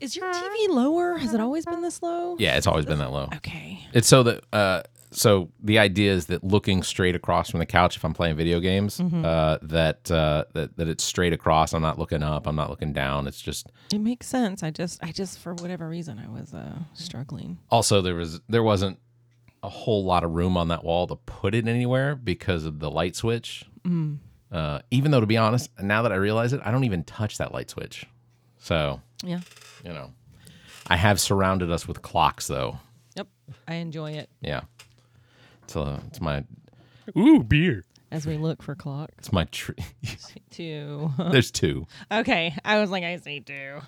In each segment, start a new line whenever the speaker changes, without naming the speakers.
Is your TV lower? Has it always been this low?
Yeah, it's always been that low.
Okay.
It's so that uh, so the idea is that looking straight across from the couch if I'm playing video games,
Mm-hmm.
uh, that uh, that that it's straight across. I'm not looking up. I'm not looking down. It's just
It makes sense. I just, I just, for whatever reason, I was uh, struggling.
also there was there wasn't a whole lot of room on that wall to put it anywhere because of the light switch.
Mm.
Uh, even though to be honest, now that I realize it, I don't even touch that light switch. So
Yeah.
you know, I have surrounded us with clocks though.
Yep. I enjoy it
Yeah, it's uh it's my
Ooh, beer.
as we look for clocks
it's my tree.
too.
There's two.
okay. I was like, I see two.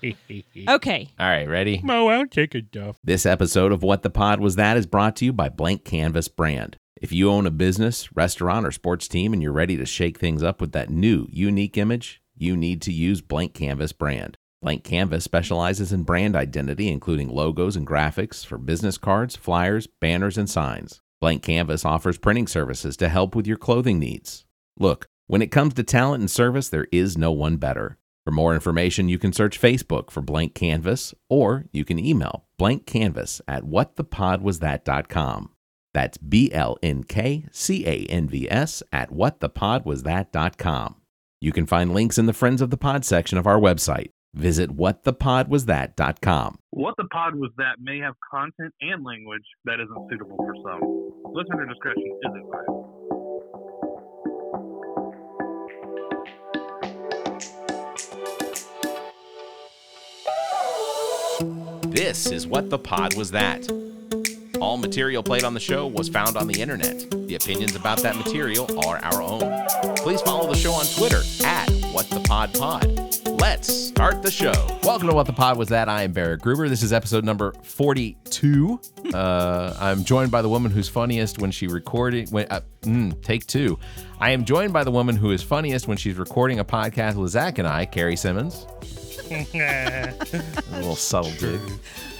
Okay.
All right, ready?
Mo, I'll take a duff.
This episode of What the Pod Was That is brought to you by Blank Canvas Brand. If you own a business, restaurant, or sports team and you're ready to shake things up with that new, unique image, you need to use Blank Canvas Brand. Blank Canvas specializes in brand identity, including logos and graphics for business cards, flyers, banners, and signs. Blank Canvas offers printing services to help with your clothing needs. Look, when it comes to talent and service, there is no one better. For more information, you can search Facebook for Blank Canvas or you can email blank canvas at whatthepodwasthat.com. That's B L N K C A N V S at whatthepodwasthat.com. You can find links in the Friends of the Pod section of our website. Visit whatthepodwasthat.com.
What the pod was that may have content and language that isn't suitable for some. Listener discretion is advised.
This is What the Pod Was That. All material played on the show was found on the internet. The opinions about that material are our own. Please follow the show on Twitter at What the Pod Pod. Let's start the show.
Welcome to What the Pod Was That. I am Barrett Gruber. This is episode number 42. Uh, I'm joined by the woman who's funniest when she recorded. When, uh, mm, take two. I am joined by the woman who is funniest when she's recording a podcast with Zach and I, Carrie Simmons. A little subtle dig.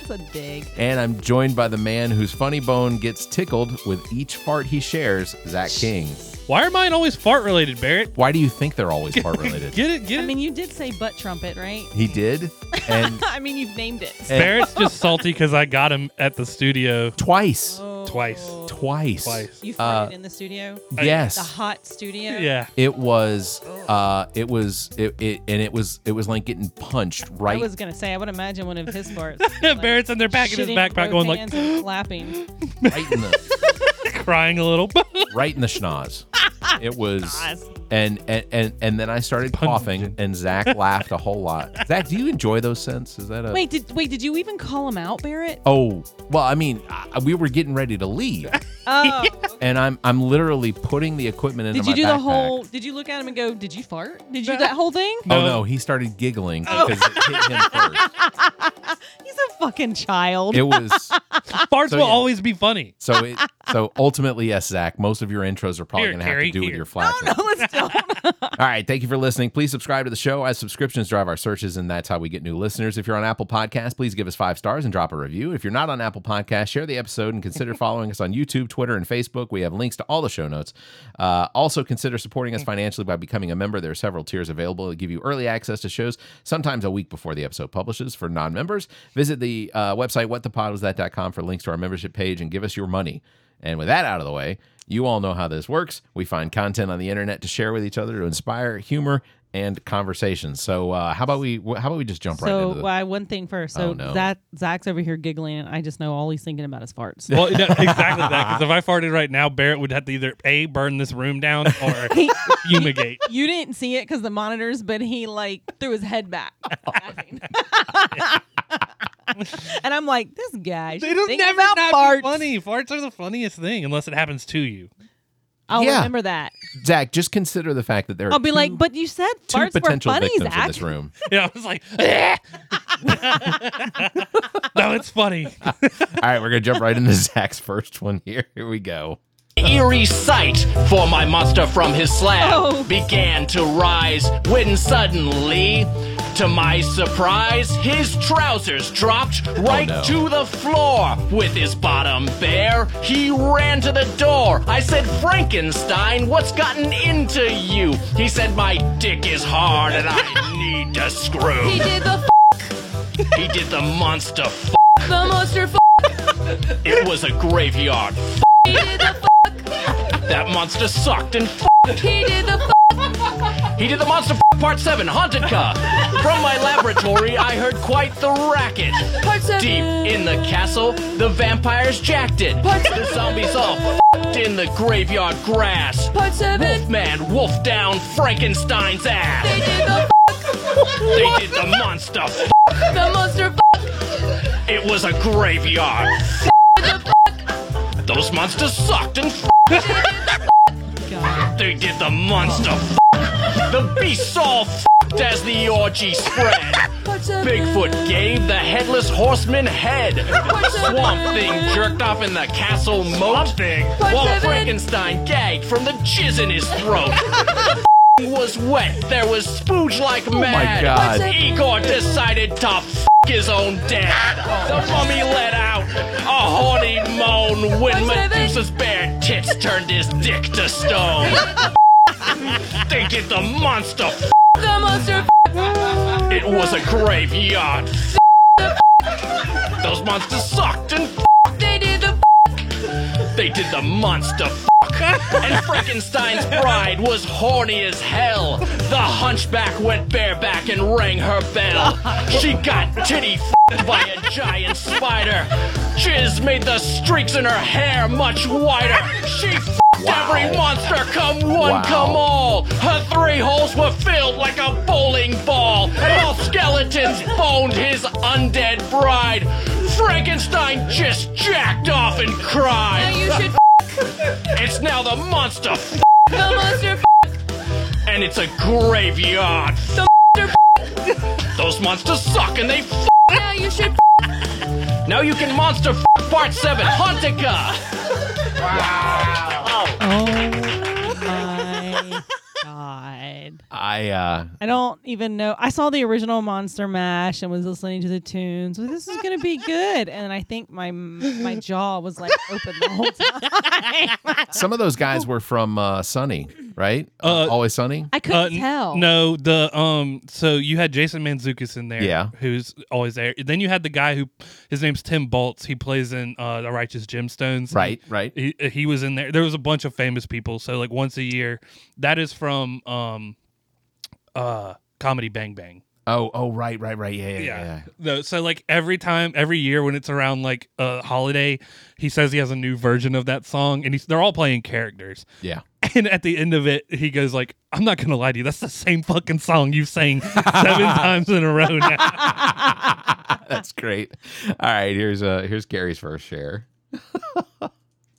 It's a dig.
And I'm joined by the man whose funny bone gets tickled with each fart he shares, Zach King.
Why are mine always fart related, Barrett?
Why do you think they're always fart related?
Get it? Get
I
it?
mean, you did say butt trumpet, right?
He did, and
I mean, you've named it.
and-
Barrett's just salty because I got him at the studio
twice,
twice.
twice, Uh,
Twice.
Oh. You farted in the studio,
Yes,
the hot studio.
Yeah.
It was, uh, it was, it, it, and it was, it was like getting punched
I
right.
was gonna say, I would imagine one of his farts.
Barrett's in there packing his
shitting
backpack,
both
going like,
hands and flapping.
right in the,
crying a little.
right in the schnoz. It was, and and and and then I started coughing, and Zach laughed a whole lot. Zach, do you enjoy those scents? Is that a
Wait, did wait? Did you even call him out, Barrett?
Oh, well, I mean, I, we were getting ready to leave,
Oh,
and I'm I'm literally putting the equipment into
did you
my
do the
backpack.
whole? Did you look at him and go, "Did you fart? Did you do that whole thing?"
Oh
No.
no, he started giggling
Oh.
because it hit him first.
He's a fucking child.
It was
Farts
So,
will
yeah.
always be funny.
so it so ultimately yes, Zach. Most of your intros are probably
Here,
gonna have to
Carrie,
do with
here.
your flash.
Let's do it.
All right. Thank you for listening. Please subscribe to the show as subscriptions drive our searches, and that's how we get new listeners. If you're on Apple Podcasts, please give us five stars and drop a review. If you're not on Apple Podcasts, share the episode and consider following us on YouTube, Twitter, and Facebook. We have links to all the show notes. Uh, also, consider supporting
Mm.
us financially by becoming a member. There are several tiers available that give you early access to shows, sometimes a week before the episode publishes. For non members, visit the uh, website whatthepodwasthat.com for links to our membership page and give us your money. And with that out of the way, you all know how this works. We find content on the internet to share with each other to inspire humor and conversation. So uh, how about we wh- how about we just jump right
So,
into the
why one thing first. So,
Oh, no.
Zach, Zach's over here giggling, and I just know all he's thinking about is farts.
Well, no, exactly that. Because if I farted right now, Barrett would have to either a burn this room down or fumigate.
you didn't see it because the monitors, but he like threw his head back. laughing. and I'm like, this guy. should think about farts.
funny. Farts are the funniest thing unless it happens to you.
I'll
Yeah.
remember that.
Zach, just consider the fact that there are
I'll be
two,
like, but you said
two
farts were
potential
funny,
victims in
Zach.
this room.
Yeah, I was like, "Ah." no, it's funny.
All right, we're gonna jump right into Zach's first one here. Here we go.
eerie sight, for my monster from his slab
Oh.
began to rise when suddenly, to my surprise, his trousers dropped right
no.
to the floor. With his bottom bare, he ran to the door. I said, Frankenstein, what's gotten into you? He said, My dick is hard and I need to screw.
He did the
He did the monster f.
The monster f-
It was a graveyard. F.
he did the
That monster sucked and f.
f- he did the f-
He did the monster f- part seven haunted car. From my laboratory, I heard quite the racket.
part seven.
Deep in the castle, the vampires jacked it.
Part seven.
The zombies all f***ed in the graveyard grass.
Part seven.
Wolfman wolfed down Frankenstein's
They
ass.
did the
They did the monster f.
f- the monster f-
It was a graveyard. Those monsters sucked and f. They did the monster f. The beasts all f***ed as the orgy spread.
part seven.
Bigfoot gave the headless horseman head. Swamp Thing jerked off in the castle moat. While
Seven.
Frankenstein gagged from the jizz in his throat. was wet. There was spooge like
Oh my
mad.
God.
Igor decided to f- his own dad. The mummy let out a horny moan when
Seven.
Medusa's bare tits turned his dick to stone. they did the monster. F-
The monster f-
it was a graveyard. Those monsters sucked and
they did the f-
They did the monster fuck. and Frankenstein's bride was horny as hell. The hunchback went bareback and rang her bell. She got titty fucked by a giant spider. Jizz made the streaks in her hair much wider. She fucked every monster, come one,
Wow.
come all. Her three holes were filled like a bowling ball. And all skeletons boned his undead bride. Frankenstein just jacked off and
now
cried.
you should f-
It's now the monster, f-
the monster f-
and it's a graveyard.
The
Those monsters suck, and they. F-
now you should f-
now you can monster f- part seven, Hauntica.
Oh my god.
I uh
I don't even know. I saw the original Monster Mash and was listening to the tunes. Well, this is gonna be good, and I think my my jaw was like open the whole time.
some of those guys were from uh Sunny, right?
Uh,
Always Sunny.
I couldn't
Uh, n-
tell.
No, the um. So you had Jason Manzukis in there,
Yeah.
who's always there. Then you had the guy who his name's Tim Boltz. He plays in uh, the Righteous Gemstones.
Right, right.
He, uh, he was in there. There was a bunch of famous people. So like once a year, that is from um, uh, comedy Bang Bang.
Oh, oh, right, right, right. Yeah, yeah, yeah. yeah.
No, so like every time, every year when it's around like a holiday, he says he has a new version of that song, and he's they're all playing characters.
Yeah.
And at the end of it, he goes like, "I'm not gonna lie to you, that's the same fucking song you've sang seven times in a row now."
That's great. All right, here's uh here's Gary's first share.
If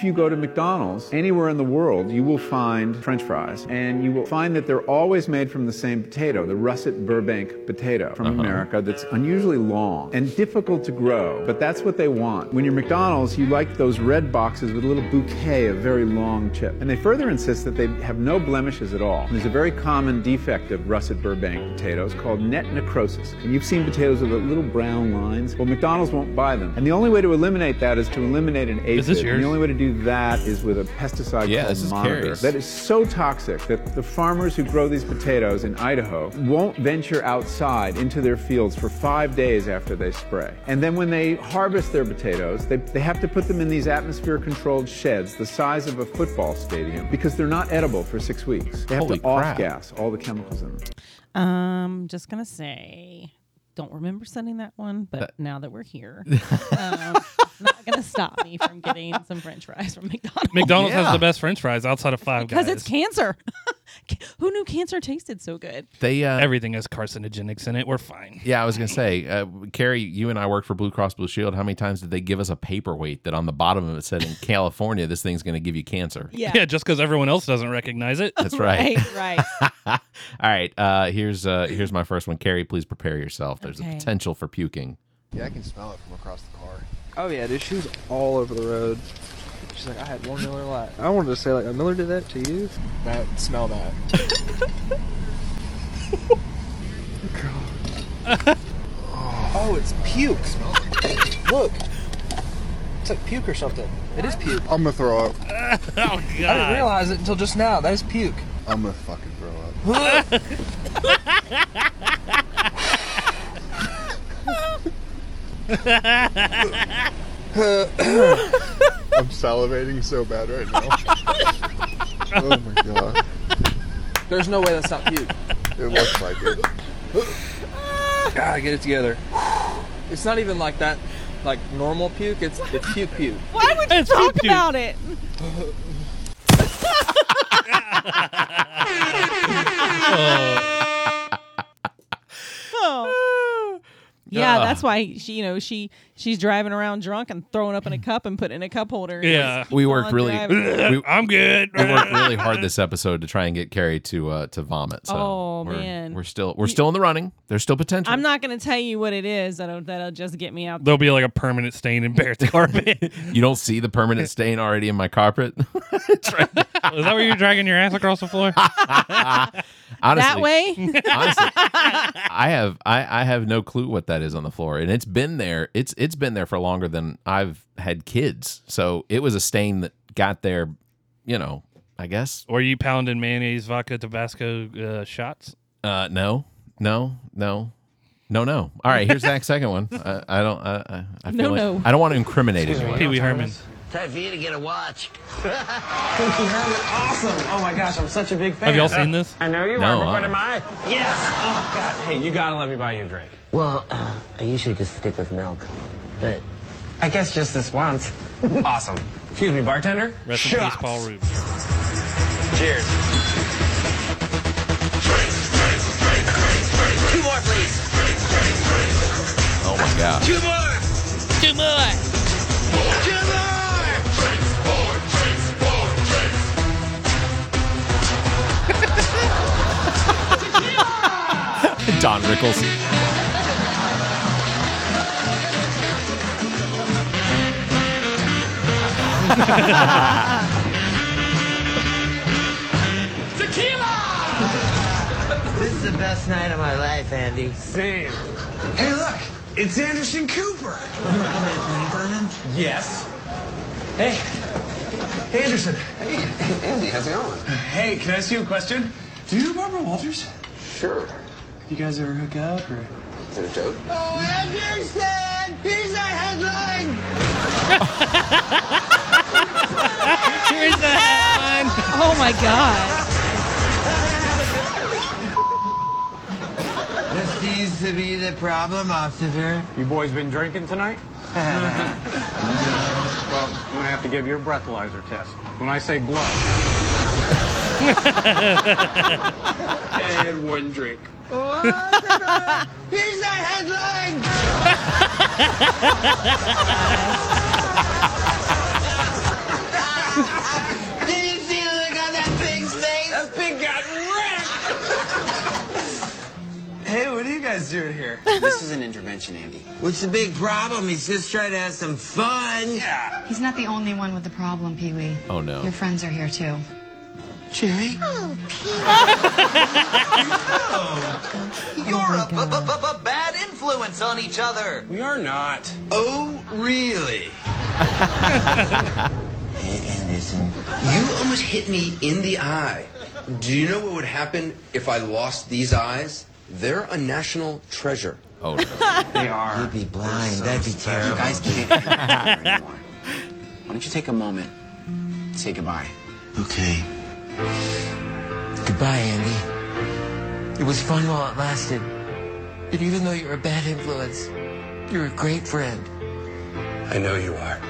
you go to McDonald's anywhere in the world, you will find French fries, and you will find that they're always made from the same potato, the russet Burbank potato from
Uh-huh.
America that's unusually long and difficult to grow, but that's what they want. When you're McDonald's, you like those red boxes with a little bouquet of very long chip. And they further insist that they have no blemishes at all. There's a very common defect of russet Burbank potatoes called net necrosis. And you've seen potatoes with the little brown lines. Well, McDonald's won't buy them. And the only way to eliminate that is to eliminate an aphid.
Is this
And
yours?
the only way to do that is with a pesticide
Yeah,
called
this is
monitor.
Carrie's.
That is so toxic that the farmers who grow these potatoes in Idaho won't venture outside into their fields for five days after they spray. And then when they harvest their potatoes, they, they have to put them in these atmosphere controlled sheds the size of a football stadium because they're not edible for six weeks. They have
Holy
to
crap.
off gas all the chemicals in them.
Um, just gonna say, don't remember sending that one, but now that we're here, um, not gonna stop me from getting some French fries from McDonald's
McDonald's
Yeah.
has the best French fries outside of Five
because
Guys.
it's cancer. Who knew cancer tasted so good?
They uh
Everything has carcinogenics in it. We're fine.
yeah, I was gonna say, uh, Carrie, you and I worked for Blue Cross Blue Shield. How many times did they give us a paperweight that on the bottom of it said, "In California, this thing's gonna give you cancer."
Yeah,
Yeah, just because everyone else doesn't recognize it.
That's right.
right.
All right, uh, here's uh, here's my first one. Carrie, please prepare yourself. There's a
Okay.
potential for puking.
Yeah, I can smell it from across the car.
Oh yeah, dude, she was all over the road. She's like, I had one Miller Lite. I wanted to say like, a Miller did that to you?
That smell that.
Oh, it's puke. Look, it's like puke or something. It is puke.
I'm gonna throw up.
Oh
I didn't
god.
realize it until just now. That is puke.
I'm gonna fucking throw up. I'm salivating so bad right now. Oh my god.
There's no way that's not puke.
It looks like it.
Gotta get it together. It's not even like that, like normal puke. It's it's puke puke.
Why would you
It's
talk
poop puke.
about it? Oh. Yeah,
Ugh.
that's why she, you know, she she's driving around drunk and throwing up in a cup and putting it in a cup holder.
Yeah. We worked really- we-
I'm good.
We worked really hard this episode to try and get Carrie to uh, to vomit. So
Oh,
we're,
man.
we're still we're still in the running. There's still potential.
I'm not going to tell you what it is. That'll that'll just get me out.
There'll be like a permanent stain in Barrett's carpet. you don't see the permanent stain already in my carpet.
Is that where you're dragging your ass across the floor?
honestly,
that way.
I have I, I have no clue what that is on the floor, and it's been there. It's it's been there for longer than I've had kids, so it was a stain that got there. You know, I guess.
Or you pounding mayonnaise, vodka, Tabasco uh, shots?
Uh, no, no, no, no, no. All right, here's Zach's second one. I, I don't. I, I, I feel
No,
like,
no.
I don't want to incriminate anyone.
Pee Wee Herman.
Time for you to get a watch.
Pinky Herman, awesome! Oh my gosh, I'm such a big fan.
Have y'all seen
this?
I know you
No,
are, but
I-
what am I?
Yes. Oh god. Hey, you gotta let me buy you a drink.
Well, uh, I usually just stick with milk, but I guess just this once. awesome. Excuse me, bartender.
Rest in peace, Paul Rube.
Cheers.
Two more, please.
Oh my god.
Two more. Two more. Two more.
Don Rickles.
Tequila! this is the best night of my life, Andy. Same. Hey, look, it's Anderson Cooper.
Yes. Hey. Hey, Anderson.
Hey, Andy, how's it going?
Hey, can I ask you a question? Do you know Barbara Walters? Sure. You guys ever hook up or?
Is it a joke?
Oh, Anderson! Here's the headline!
Here's the headline.
Oh my god.
This seems to be the problem, officer. You boys been drinking tonight?
Well, I'm gonna have to give you a breathalyzer test. When I say blood. and one drink.
Here's the headline! Did you see the look on that pig's face? That pig got wrecked!
Hey, what are you guys doing here?
this is an intervention, Andy. What's the big problem? He's just trying to have some fun. Yeah.
He's not the only one with the problem, Pee Wee.
Oh no.
Your friends are here too.
Jerry? Oh, You're a b- b- b- b- bad influence on each other. We are not. Oh, really?
Hey, Anderson.
You almost hit me in the eye.
Do you know what would happen if I lost these eyes? They're a national treasure.
Oh,
They are. You'd be blind. That'd be terrible. You guys can't hang out anymore. Why don't you take a moment, say goodbye? Okay. Goodbye, Andy. It was fun while it lasted. And even though you're a bad influence, you're a great friend.
I know you are.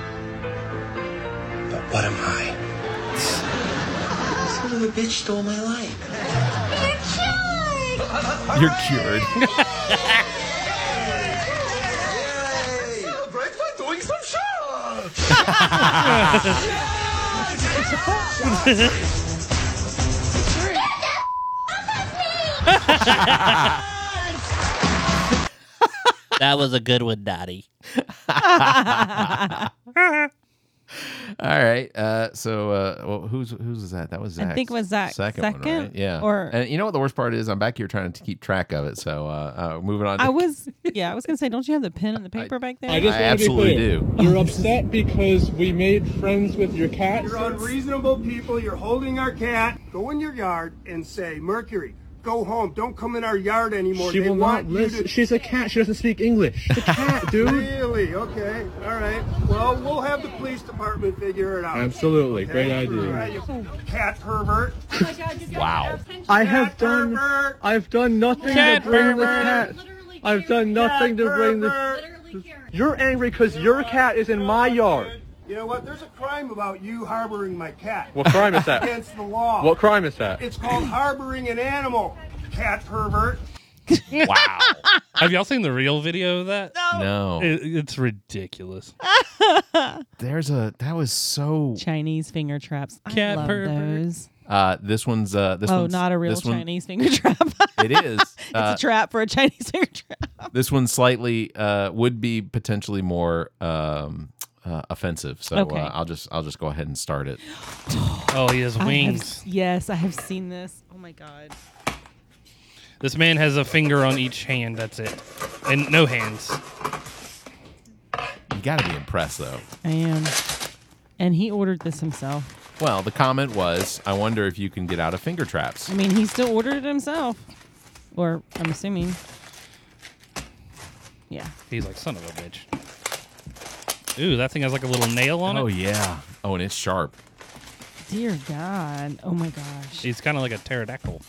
But what am I?
Son of a bitch stole my life.
You're cured.
Celebrate by doing some shots!
That was a good one, Daddy.
All right. Uh, so uh, well, who's who's was that? That was
I
Zach.
think it was Zach's
second, one,
second,
right? Yeah.
or-
and you know what the worst part is? I'm back here trying to keep track of it. So uh, uh, moving on. To,
I was yeah, I was going to say don't you have the pen and the paper back there?
I absolutely do.
You're upset because we made friends with your cat?
You're unreasonable people. You're holding our cat. Go in your yard and say, Mercury, Go home. Don't come in our yard anymore.
She
they
will
want
not
you
listen.
to
She's a cat. She doesn't speak English. She's a cat, dude.
Really? Okay. All right. Well, we'll have the police department figure it out.
Absolutely.
Okay?
Great
All
idea.
right, you cat pervert.
Oh
Wow.
I have done. I've done nothing
Cat
to bring the cat.
pervert.
I've done nothing to bring the. You're angry because your cat is in my yard.
You know what? There's a crime about you harboring my cat.
What crime is that?
Against the law.
What crime is that?
It's called harboring an animal. Cat pervert.
Wow.
Have y'all seen the real video of that?
No.
It- it's ridiculous.
There's a that was so
Chinese finger traps. I
Cat
love
pervert.
those.
Uh, this one's uh, this
oh,
one's
not a real
this one-
Chinese finger trap.
It is. Uh,
it's a trap for a Chinese finger trap.
This one's slightly uh, would be potentially more um, uh, offensive. So
Okay.
uh, I'll just I'll just go ahead and start it.
Oh, he has
I have-
wings.
yes, I have seen this. Oh my god.
This man has a finger on each hand. That's it, and no hands.
You got to be impressed though.
I am. And he ordered this himself.
Well, the comment was, I wonder if you can get out of finger traps.
I mean, he still ordered it himself. Or I'm assuming. Yeah.
He's like son of a bitch. Ooh, that thing has like a little nail on it.
Oh yeah. Oh, and it's sharp.
Dear God. Oh my gosh.
He's kind of like a pterodactyl.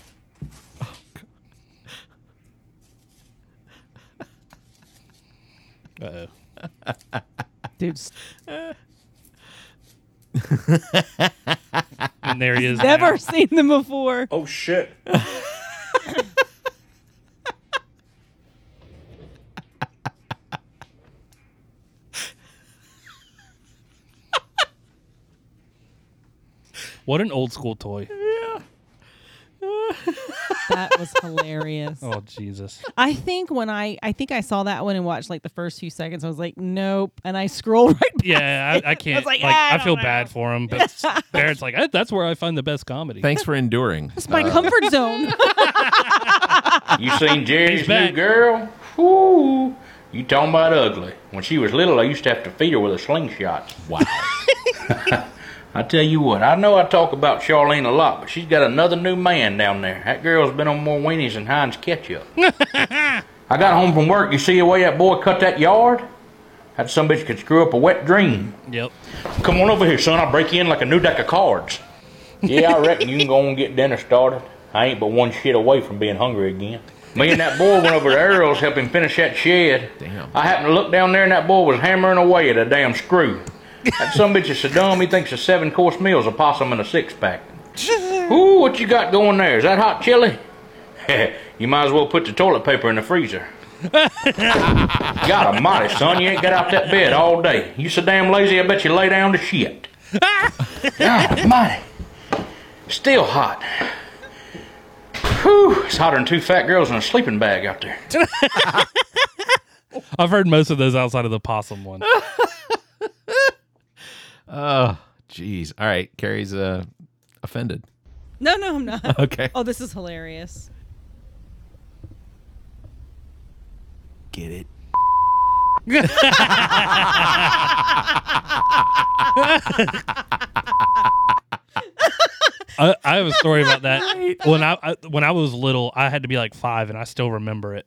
Uh oh.
Dude. s-
And there he is.
Never
now.
seen them before.
Oh, shit. What an old school toy.
that was hilarious.
Oh, Jesus.
I think when I I think I saw that one and watched like the first few seconds, I was like, nope, and I scrolled right. Back.
Yeah, I, I
I
can't.
was
like,
like, "Ah,
I,
I
feel
don't
bad for him, but Barrett's like, "Eh, that's where I find the best comedy.
Thanks for enduring. Uh,
It's
Uh.
my comfort zone.
You seen Jerry's new
back.
girl? Whoo! You talking about ugly? When she was little, I used to have to feed her with a slingshot. Wow. I tell you what, I know I talk about Charlene a lot, but she's got another new man down there. That girl's been on more weenies than Heinz ketchup. I got home from work. You see the way that boy cut that yard? That bitch could screw up a wet dream.
Yep.
Come on over here, son. I'll break you in like a new deck of cards. Yeah, I reckon you can go and get dinner started. I ain't but one shit away from being hungry again. Me and that boy went over to Earl's help him finish that shed. Damn. I happened to look down there and that boy was hammering away at a damn screw. That some bitch is so dumb he thinks a seven course meal is a possum and a six pack. Ooh, what you got going there? Is that hot chili? you might as well put the toilet paper in the freezer. God almighty, son, you ain't got out that bed all day. You so damn lazy, I bet you lay down to shit. God almighty. Still hot. Whew, it's hotter than two fat girls in a sleeping bag out there.
I've heard most of those outside of the possum one.
Oh, jeez. All right, Carrie's uh, offended.
no, no, I'm not.
Okay.
Oh, this is hilarious.
Get it?
I, I have a story about that. When I, I when I was little, I had to be like five, and I still remember it.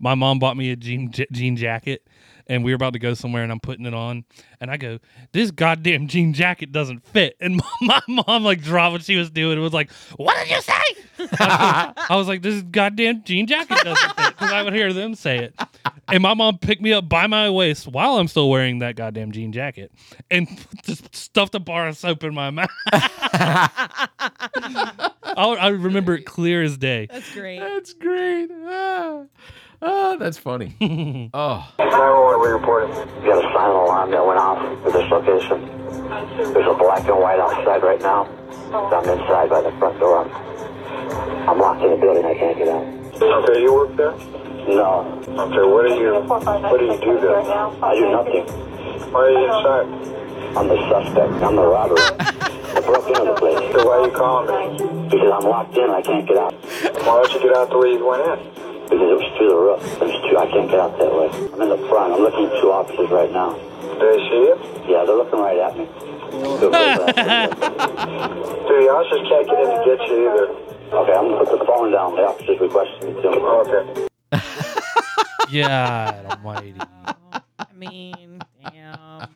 My mom bought me a jean j- jean jacket, and we were about to go somewhere, and I'm putting it on, and I go, "This goddamn jean jacket doesn't fit." And my, my mom like dropped what she was doing, and was like, "What did you say?" I was, I was like, "This goddamn jean jacket doesn't fit," because I would hear them say it. And my mom picked me up by my waist while I'm still wearing that goddamn jean jacket, and just stuffed a bar of soap in my mouth. I, I remember it clear as day.
That's great.
That's great. Ah,
Uh,
ah, that's funny. oh,
You got a silent alarm that went off at this location. There's a black and white outside right now. So I'm inside by the front door. I'm, I'm locked in the building. I can't get out. Okay, you work there? No. Okay, what do you what do you do there? I do nothing. Why are you inside? I'm the suspect. I'm the robber. I broke into the place. So why are you calling me? Because I'm locked in. I can't get out. Why don't you get out the way you went in? Because it was through the roof. It was too, I can't get out that way. I'm in the front. I'm looking at two officers right now. They see you? Yeah, they're looking right at me. They're right at me. Dude, the officers can't get in to get you either. Okay, I'm gonna put the phone down. The officer's requesting me to. Okay.
God almighty.
I mean, damn.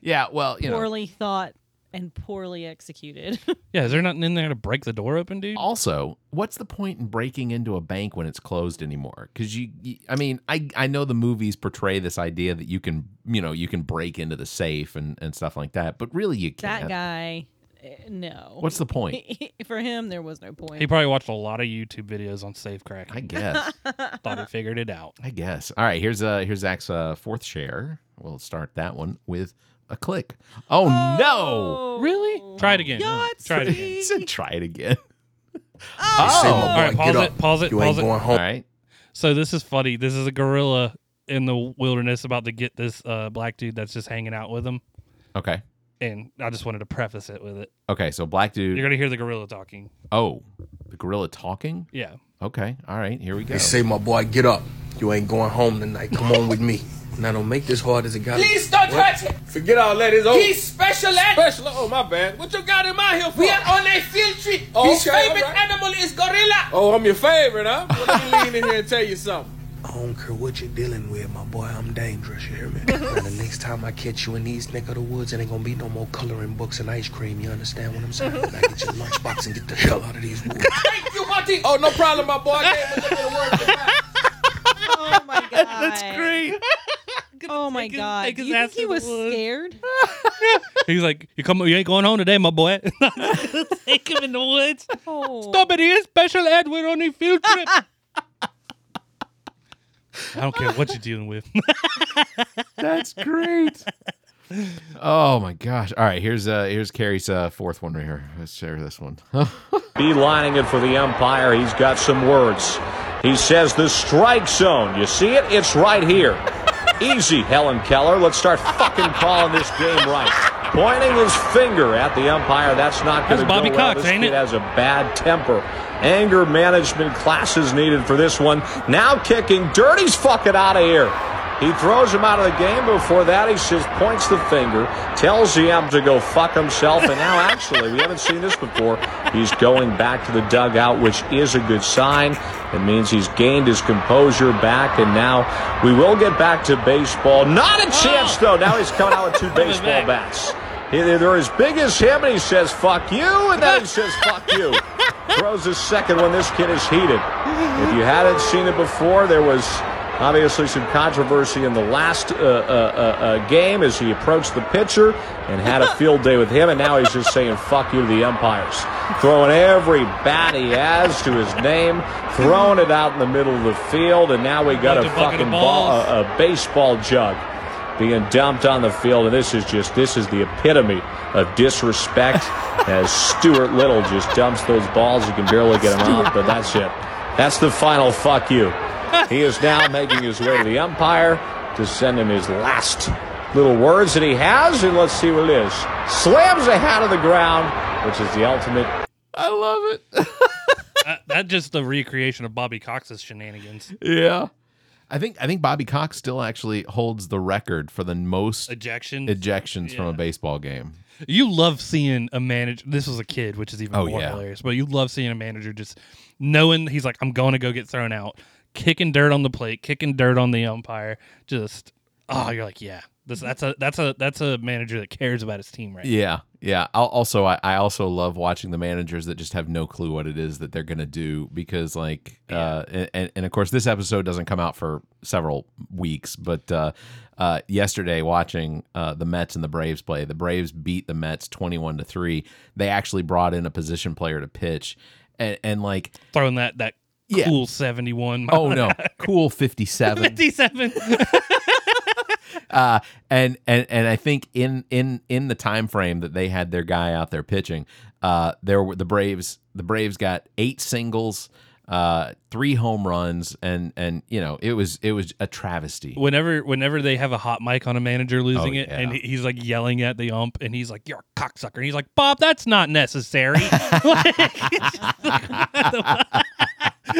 Yeah, well, you know.
poorly thought and poorly executed.
Yeah, is there nothing in there to break the door open, dude?
Also, what's the point in breaking into a bank when it's closed anymore? Because you, you- I mean, I I know the movies portray this idea that you can, you know, you can break into the safe and and stuff like that, but really you
that
can't.
guy, eh, no.
What's the point?
For him, there was no point.
He probably watched a lot of YouTube videos on safe cracking. I
guess.
Thought he figured it out.
I guess. All right, here's uh here's Zach's uh, fourth share. We'll start that one with a click. Oh, no!
Really? Oh. Try it again. Try it again.
He said try it again.
Oh.
All right, pause it. Pause it. pause it.
Oh. All right.
So this is funny. This is a gorilla in the wilderness about to get this uh, black dude that's just hanging out with him.
Okay.
And I just wanted to preface it with it.
Okay. So black dude.
You're gonna hear the gorilla talking.
Oh, the gorilla talking.
Yeah.
Okay. All right. Here we go.
They say, my boy, get up. You ain't going home tonight. Come on with me. Now don't make this hard as it got.
Please don't touch it.
Forget all that. It's over.
He's special ed.
Special. Oh my bad.
What you got him out here for? We are on a field trip.
Oh,
His
okay, all
favorite
right.
animal is gorilla.
Oh, I'm your favorite, huh? Well, let me lean in here and tell you something.
I don't care what you're dealing with, my boy. I'm dangerous. You hear me?
And the next time I catch you in these neck of the woods, it ain't gonna be no more coloring books and ice cream. You understand what I'm saying? Now get your lunchbox and get the hell out of these woods.
Thank you, buddy. Oh, no problem, my boy.
Oh my god.
That's
great. Oh my god.
take his
you
ass
think
to
he
the
was
woods.
scared?
He's like, you come, you ain't going home today, my boy. Take him in the woods.
Oh.
Stop it! He is special ed. We're on a field trip. I don't care what you're dealing with.
That's great. Oh my gosh! All right, here's uh here's Carrie's uh, fourth one right here. Let's share this one.
Be lining it for the umpire. He's got some words. He says the strike zone. You see it? It's right here. Easy, Helen Keller. Let's start fucking calling this game right. Pointing his finger at the umpire. That's not going to
That's
go
Bobby
well.
Cox,
This
ain't
kid has a bad temper. Anger management classes needed for this one. Now kicking. Dirty's fucking out of here. He throws him out of the game. Before that, he just points the finger, tells the ump to go fuck himself, and now actually, we haven't seen this before. He's going back to the dugout, which is a good sign. It means he's gained his composure back, and now we will get back to baseball. Not a chance, though. Now he's coming out with two baseball bats. He- They're as big as him, and he says, fuck you, and then he says, fuck you. Throws his second one. This kid is heated. If you hadn't seen it before, there was obviously some controversy in the last uh, uh, uh, uh, game as he approached the pitcher and had a field day with him, and now he's just saying "fuck you" to the umpires, throwing every bat he has to his name, throwing it out in the middle of the field, and now we got a
Bunch of bucket of
fucking ball,
balls.
a, a baseball jug being dumped on the field, and this is just this is the epitome of disrespect. as Stuart Little just dumps those balls, you can barely get them out, but that's it. That's the final fuck you. He is now making his way to the umpire to send him his last little words that he has, and let's see what it is. Slams a hat of the ground, which is the ultimate
I love it.
that, that's just the recreation of Bobby Cox's shenanigans.
yeah, I think I think Bobby Cox still actually holds the record for the most
Ejections?
ejections from a baseball game.
You love seeing a manager. This was a kid, which is even
Oh,
more
yeah.
hilarious. But you love seeing a manager just knowing he's like, I'm going to go get thrown out, kicking dirt on the plate, kicking dirt on the umpire. Just oh, you're like, yeah, this, that's a that's a that's a manager that cares about his team, right?
Yeah, yeah. I'll, also, I, I also love watching the managers that just have no clue what it is that they're gonna do because, like, uh, and- and and of course, this episode doesn't come out for several weeks. But uh, uh, yesterday, watching uh, the Mets and the Braves play, the Braves beat the Mets twenty-one to three. They actually brought in a position player to pitch, and and like,
Throwing that that
Yeah.
cool seventy one.
oh no, cool fifty-seven.
fifty seven.
uh, and and and I think in in in the time frame that they had their guy out there pitching, uh, there were the Braves. The Braves got eight singles, uh, three home runs, and and you know it was it was a travesty.
whenever whenever they have a hot mic on a manager losing it
Oh, yeah.
and he- he's like yelling at the ump and he's like you're a cocksucker and he's like bob that's not necessary like, it's just like-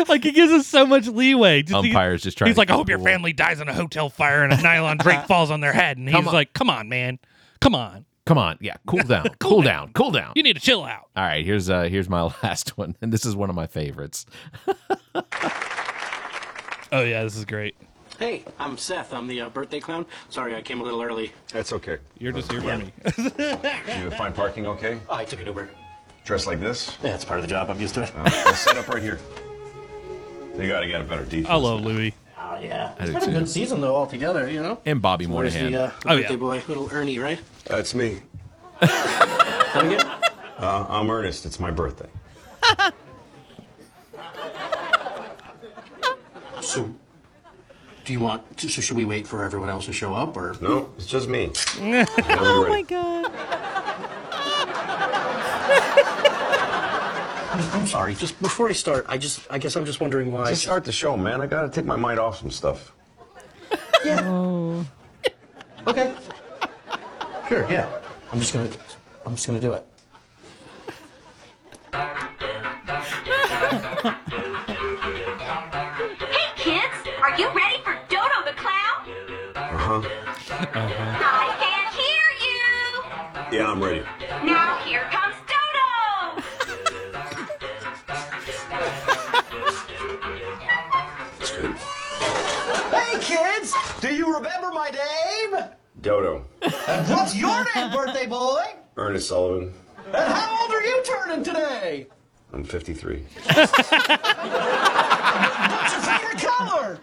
like, he gives us so much leeway just, he-
Umpires just trying
he's
to
like i
keep
hope your
cool."
family dies in a hotel fire and a nylon drink falls on their head and
Come
he's
on.
like come on man come on
Come on. Yeah. Cool down. cool down. Cool down.
You need to chill out.
All right, here's uh here's my last one, and this is one of my favorites.
Oh yeah, this is great.
Hey, I'm Seth. I'm the uh, birthday clown. Sorry, I came a little early.
That's okay.
You're just here for me.
you find parking okay?
I took an Uber.
Dressed like this?
Yeah, it's part of the job. I'm used to it.
Uh, I'll set up right here. They gotta get a better defense.
I love Louis.
Oh yeah, it's
I do
been a
too.
good season though altogether. You know.
And Bobby
Where's
Moynihan.
the, uh,
oh
birthday
yeah.
boy, little Ernie, right?
That's me.
Come again?
Uh, I'm Ernest. It's my birthday.
So, do you want? So should we wait for everyone else to show up, or
No, it's just me.
oh my god.
I'm sorry. Just before I start, I just I guess I'm just wondering why.
Just start the show, man. I gotta take my mind off some stuff.
Oh.
Okay. Sure. Yeah. I'm just gonna I'm just gonna do it.
Hey, kids, are you ready for Dodo the Clown?
Uh huh.
Uh-huh.
I can't hear you.
Yeah, I'm ready.
Now here comes Dodo.
It's good.
Hey kids, do you remember my name?
Dodo.
And what's your name, birthday boy?
Ernest Sullivan.
And how old are you turning today?
I'm 53.
What's your favorite color?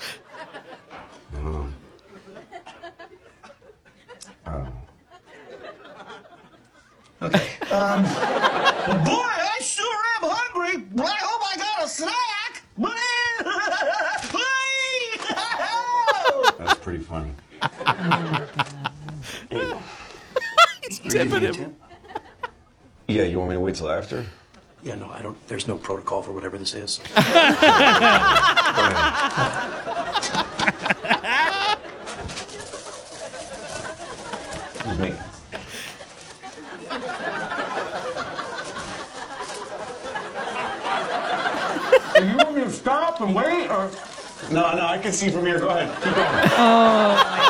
Um,
Oh. Oh.
Okay. Um, well, boy, I sure am hungry. Well, I hope I got a snack.
That's pretty funny.
It's
tipping him.
Yeah, you want me to wait till after?
Yeah. No, I don't. There's no protocol for whatever this is.
Excuse me.
Do you want me to stop and wait, or?
No, no, I can see from here. Go ahead. Keep going.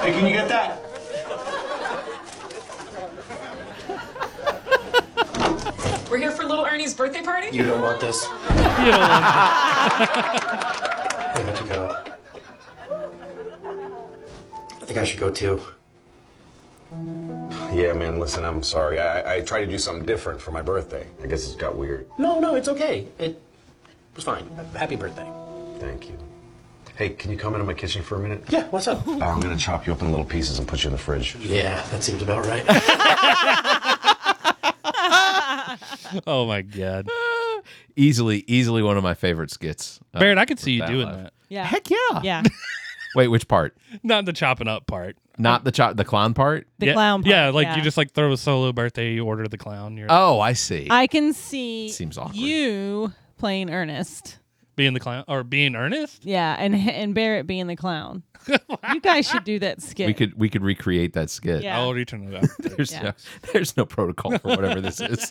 Hey, can you get that?
We're here for little Ernie's birthday party?
You don't want this.
You don't like
I meant to go. I think I should go too.
Yeah, man, listen, I'm sorry. I, I tried to do something different for my birthday. I guess it got weird.
No, no, it's okay. It was fine. Happy birthday.
Thank you. Hey, can you come into my kitchen for a minute?
Yeah, what's up?
Uh, I'm gonna chop you up in little pieces and put you in the fridge.
Yeah, that seems about right.
oh my god.
Easily, easily one of my favorite skits. uh,
Barrett, I could see you
that
doing
live.
that.
Yeah.
Heck yeah.
Yeah.
Wait, which part?
Not the chopping up part.
Not the cho- the clown part?
The
yeah,
clown part,
Yeah, like
yeah.
you just like throw a solo birthday, you order the clown. You're
Oh, I see.
I can see
Seems awkward.
you playing Ernest.
being the clown or being earnest.
Yeah, and and Barrett being the clown. you guys should do that skit.
we could we could recreate that skit.
Yeah.
I'll return to that.
There's
Yeah.
no there's no protocol for whatever this is.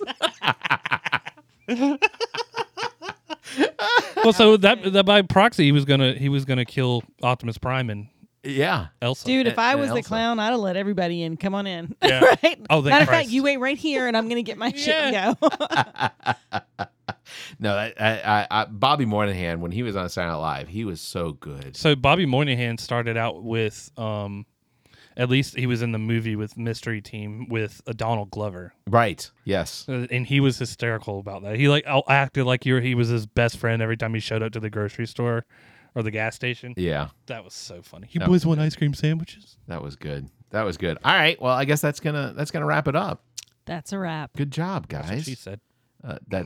well, so that, that by proxy, he was gonna he was gonna kill Optimus Prime and
yeah.
Elsa.
Dude, if I
and
was the
Elsa.
clown, I'd have let everybody in. Come on in.
Yeah.
right?
Oh, thank
Matter of fact,
Christ.
you wait right here and I'm going to get my shit
Yeah.
and go.
No, I, I, I, Bobby Moynihan when he was on Saturday Night Live, he was so good.
So Bobby Moynihan started out with, um, at least he was in the movie with Mystery Team with uh, Donald Glover,
Right. Yes.
Uh, and he was hysterical about that. He like out- acted like he, were- he was his best friend every time he showed up to the grocery store or the gas station.
Yeah.
That was so funny. He
That
boys want ice cream sandwiches.
That was good. That was good. All right. Well, I guess that's gonna that's gonna wrap it up.
That's a wrap.
Good job, guys.
That's what she said.
Uh, that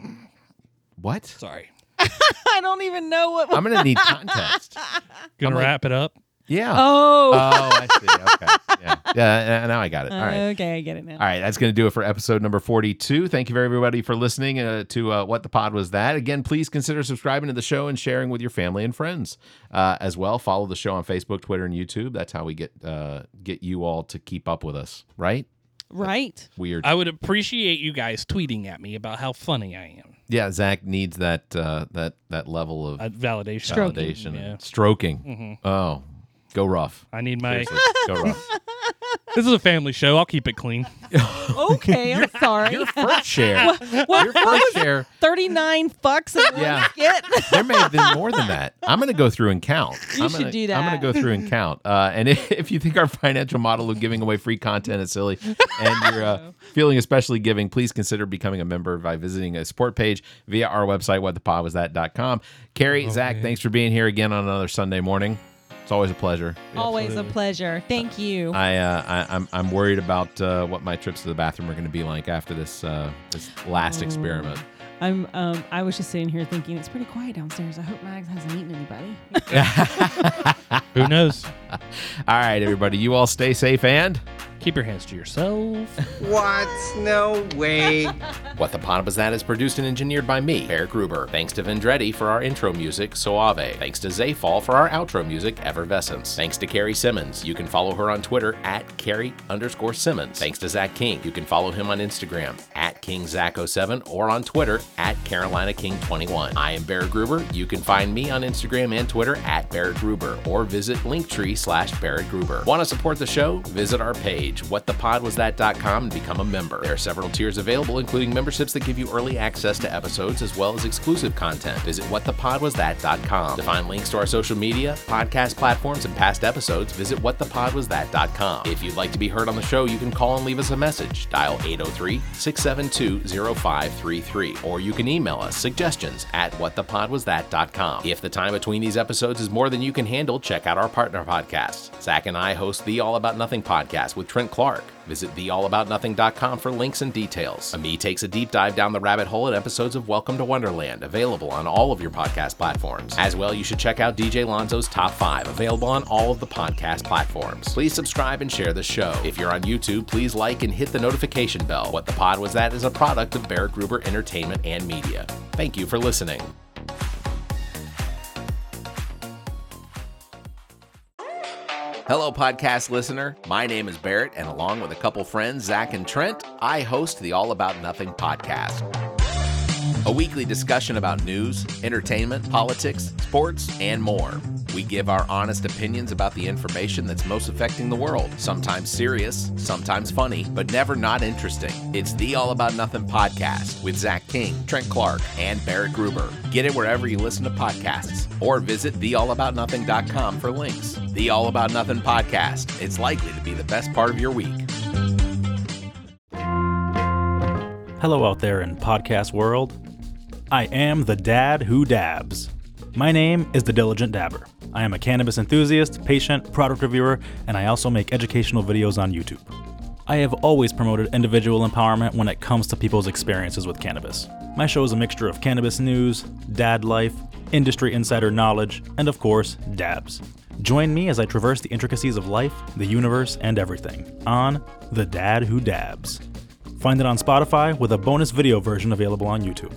what?
Sorry.
I don't even know what.
I'm gonna need context.
Gonna
I'm like-
wrap it up.
Yeah.
Oh.
I see. Okay. Yeah. Yeah. uh, Now I got it. All right.
Okay, I get it now.
All right, that's going to do it for episode number 42. Thank you, very everybody, for listening uh, to uh, What the Pod Was That. Again, please consider subscribing to the show and sharing with your family and friends uh, as well. Follow the show on Facebook, Twitter, and YouTube. That's how we get uh, get you all to keep up with us, right?
Right.
Weird.
I would appreciate you guys tweeting at me about how funny I am.
Yeah, Zach needs that uh, that that level of
Uh, validation. Stroking.
Validation.
Yeah.
Stroking.
Mhm.
Oh, go rough.
I need my.
Seriously, go rough.
This is a family show. I'll keep it clean.
Okay, I'm sorry. Your
first share.
what, what,
Your first share.
Thirty nine fucks in
Yeah.
one skit.
There may have been more than that. I'm going to go through and count.
You
I'm
should
gonna,
do
I'm going
that.
to go through and count. Uh, and if, if you think our financial model of giving away free content is silly and you're uh, feeling especially giving, please consider becoming a member by visiting a support page via our website, whatthepodwasthat.com. Carrie, Zach, thanks for being here again on another Sunday morning. It's always a pleasure.
Always a pleasure. Thank you.
I, uh, I I'm I'm worried about uh, what my trips to the bathroom are going to be like after this uh, this last
Oh.
experiment.
I'm um I was just sitting here thinking it's pretty quiet downstairs. I hope Mags hasn't eaten anybody.
Who knows?
all right, everybody, you all stay safe and
keep your hands to yourself.
What? No way. what the Pot Was That is produced and engineered by me, Eric Gruber. Thanks to Vendretti for our intro music, Suave. Thanks to Zayfall for our outro music, Effervescence. Thanks to Carrie Simmons. You can follow her on Twitter at Carrie underscore Simmons. Thanks to Zach King. You can follow him on Instagram at KingZach07 or on Twitter at Carolina King 21. I am Barrett Gruber. You can find me on Instagram and Twitter at Barrett Gruber or visit linktree slash Barrett Gruber. Want to support the show? Visit our page, whatthepodwasthat.com, and become a member. There are several tiers available, including memberships that give you early access to episodes as well as exclusive content. Visit whatthepodwasthat.com. To find links to our social media, podcast platforms, and past episodes, visit whatthepodwasthat.com. If you'd like to be heard on the show, you can call and leave us a message. Dial 803 672 0533, or you can email us suggestions at whatthepodwasthat.com. If the time between these episodes is more than you can handle, check out our partner podcasts. Zach and I host the All About Nothing podcast with Trent Clark. Visit theallaboutnothing.com for links and details. Ami takes a deep dive down the rabbit hole at episodes of Welcome to Wonderland, available on all of your podcast platforms. As well, you should check out DJ Lonzo's Top 5, available on all of the podcast platforms. Please subscribe and share the show. If you're on YouTube, please like and hit the notification bell. What the Pod Was That is a product of Barrett Gruber Entertainment and Media. Thank you for listening. Hello, podcast listener. My name is Barrett, and along with a couple friends, Zach and Trent, I host the All About Nothing podcast. A weekly discussion about news, entertainment, politics, sports, and more. We give our honest opinions about the information that's most affecting the world, sometimes serious, sometimes funny, but never not interesting. It's the All About Nothing podcast with Zach King, Trent Clark, and Barrett Gruber. Get it wherever you listen to podcasts or visit theallaboutnothing.com for links. The All About Nothing podcast. It's likely to be the best part of your week.
Hello, out there in podcast world. I am the dad who dabs. My name is The Diligent Dabber. I am a cannabis enthusiast, patient, product reviewer, and I also make educational videos on YouTube. I have always promoted individual empowerment when it comes to people's experiences with cannabis. My show is a mixture of cannabis news, dad life, industry insider knowledge, and of course, dabs. Join me as I traverse the intricacies of life, the universe, and everything on The Dad Who Dabs. Find it on Spotify with a bonus video version available on YouTube.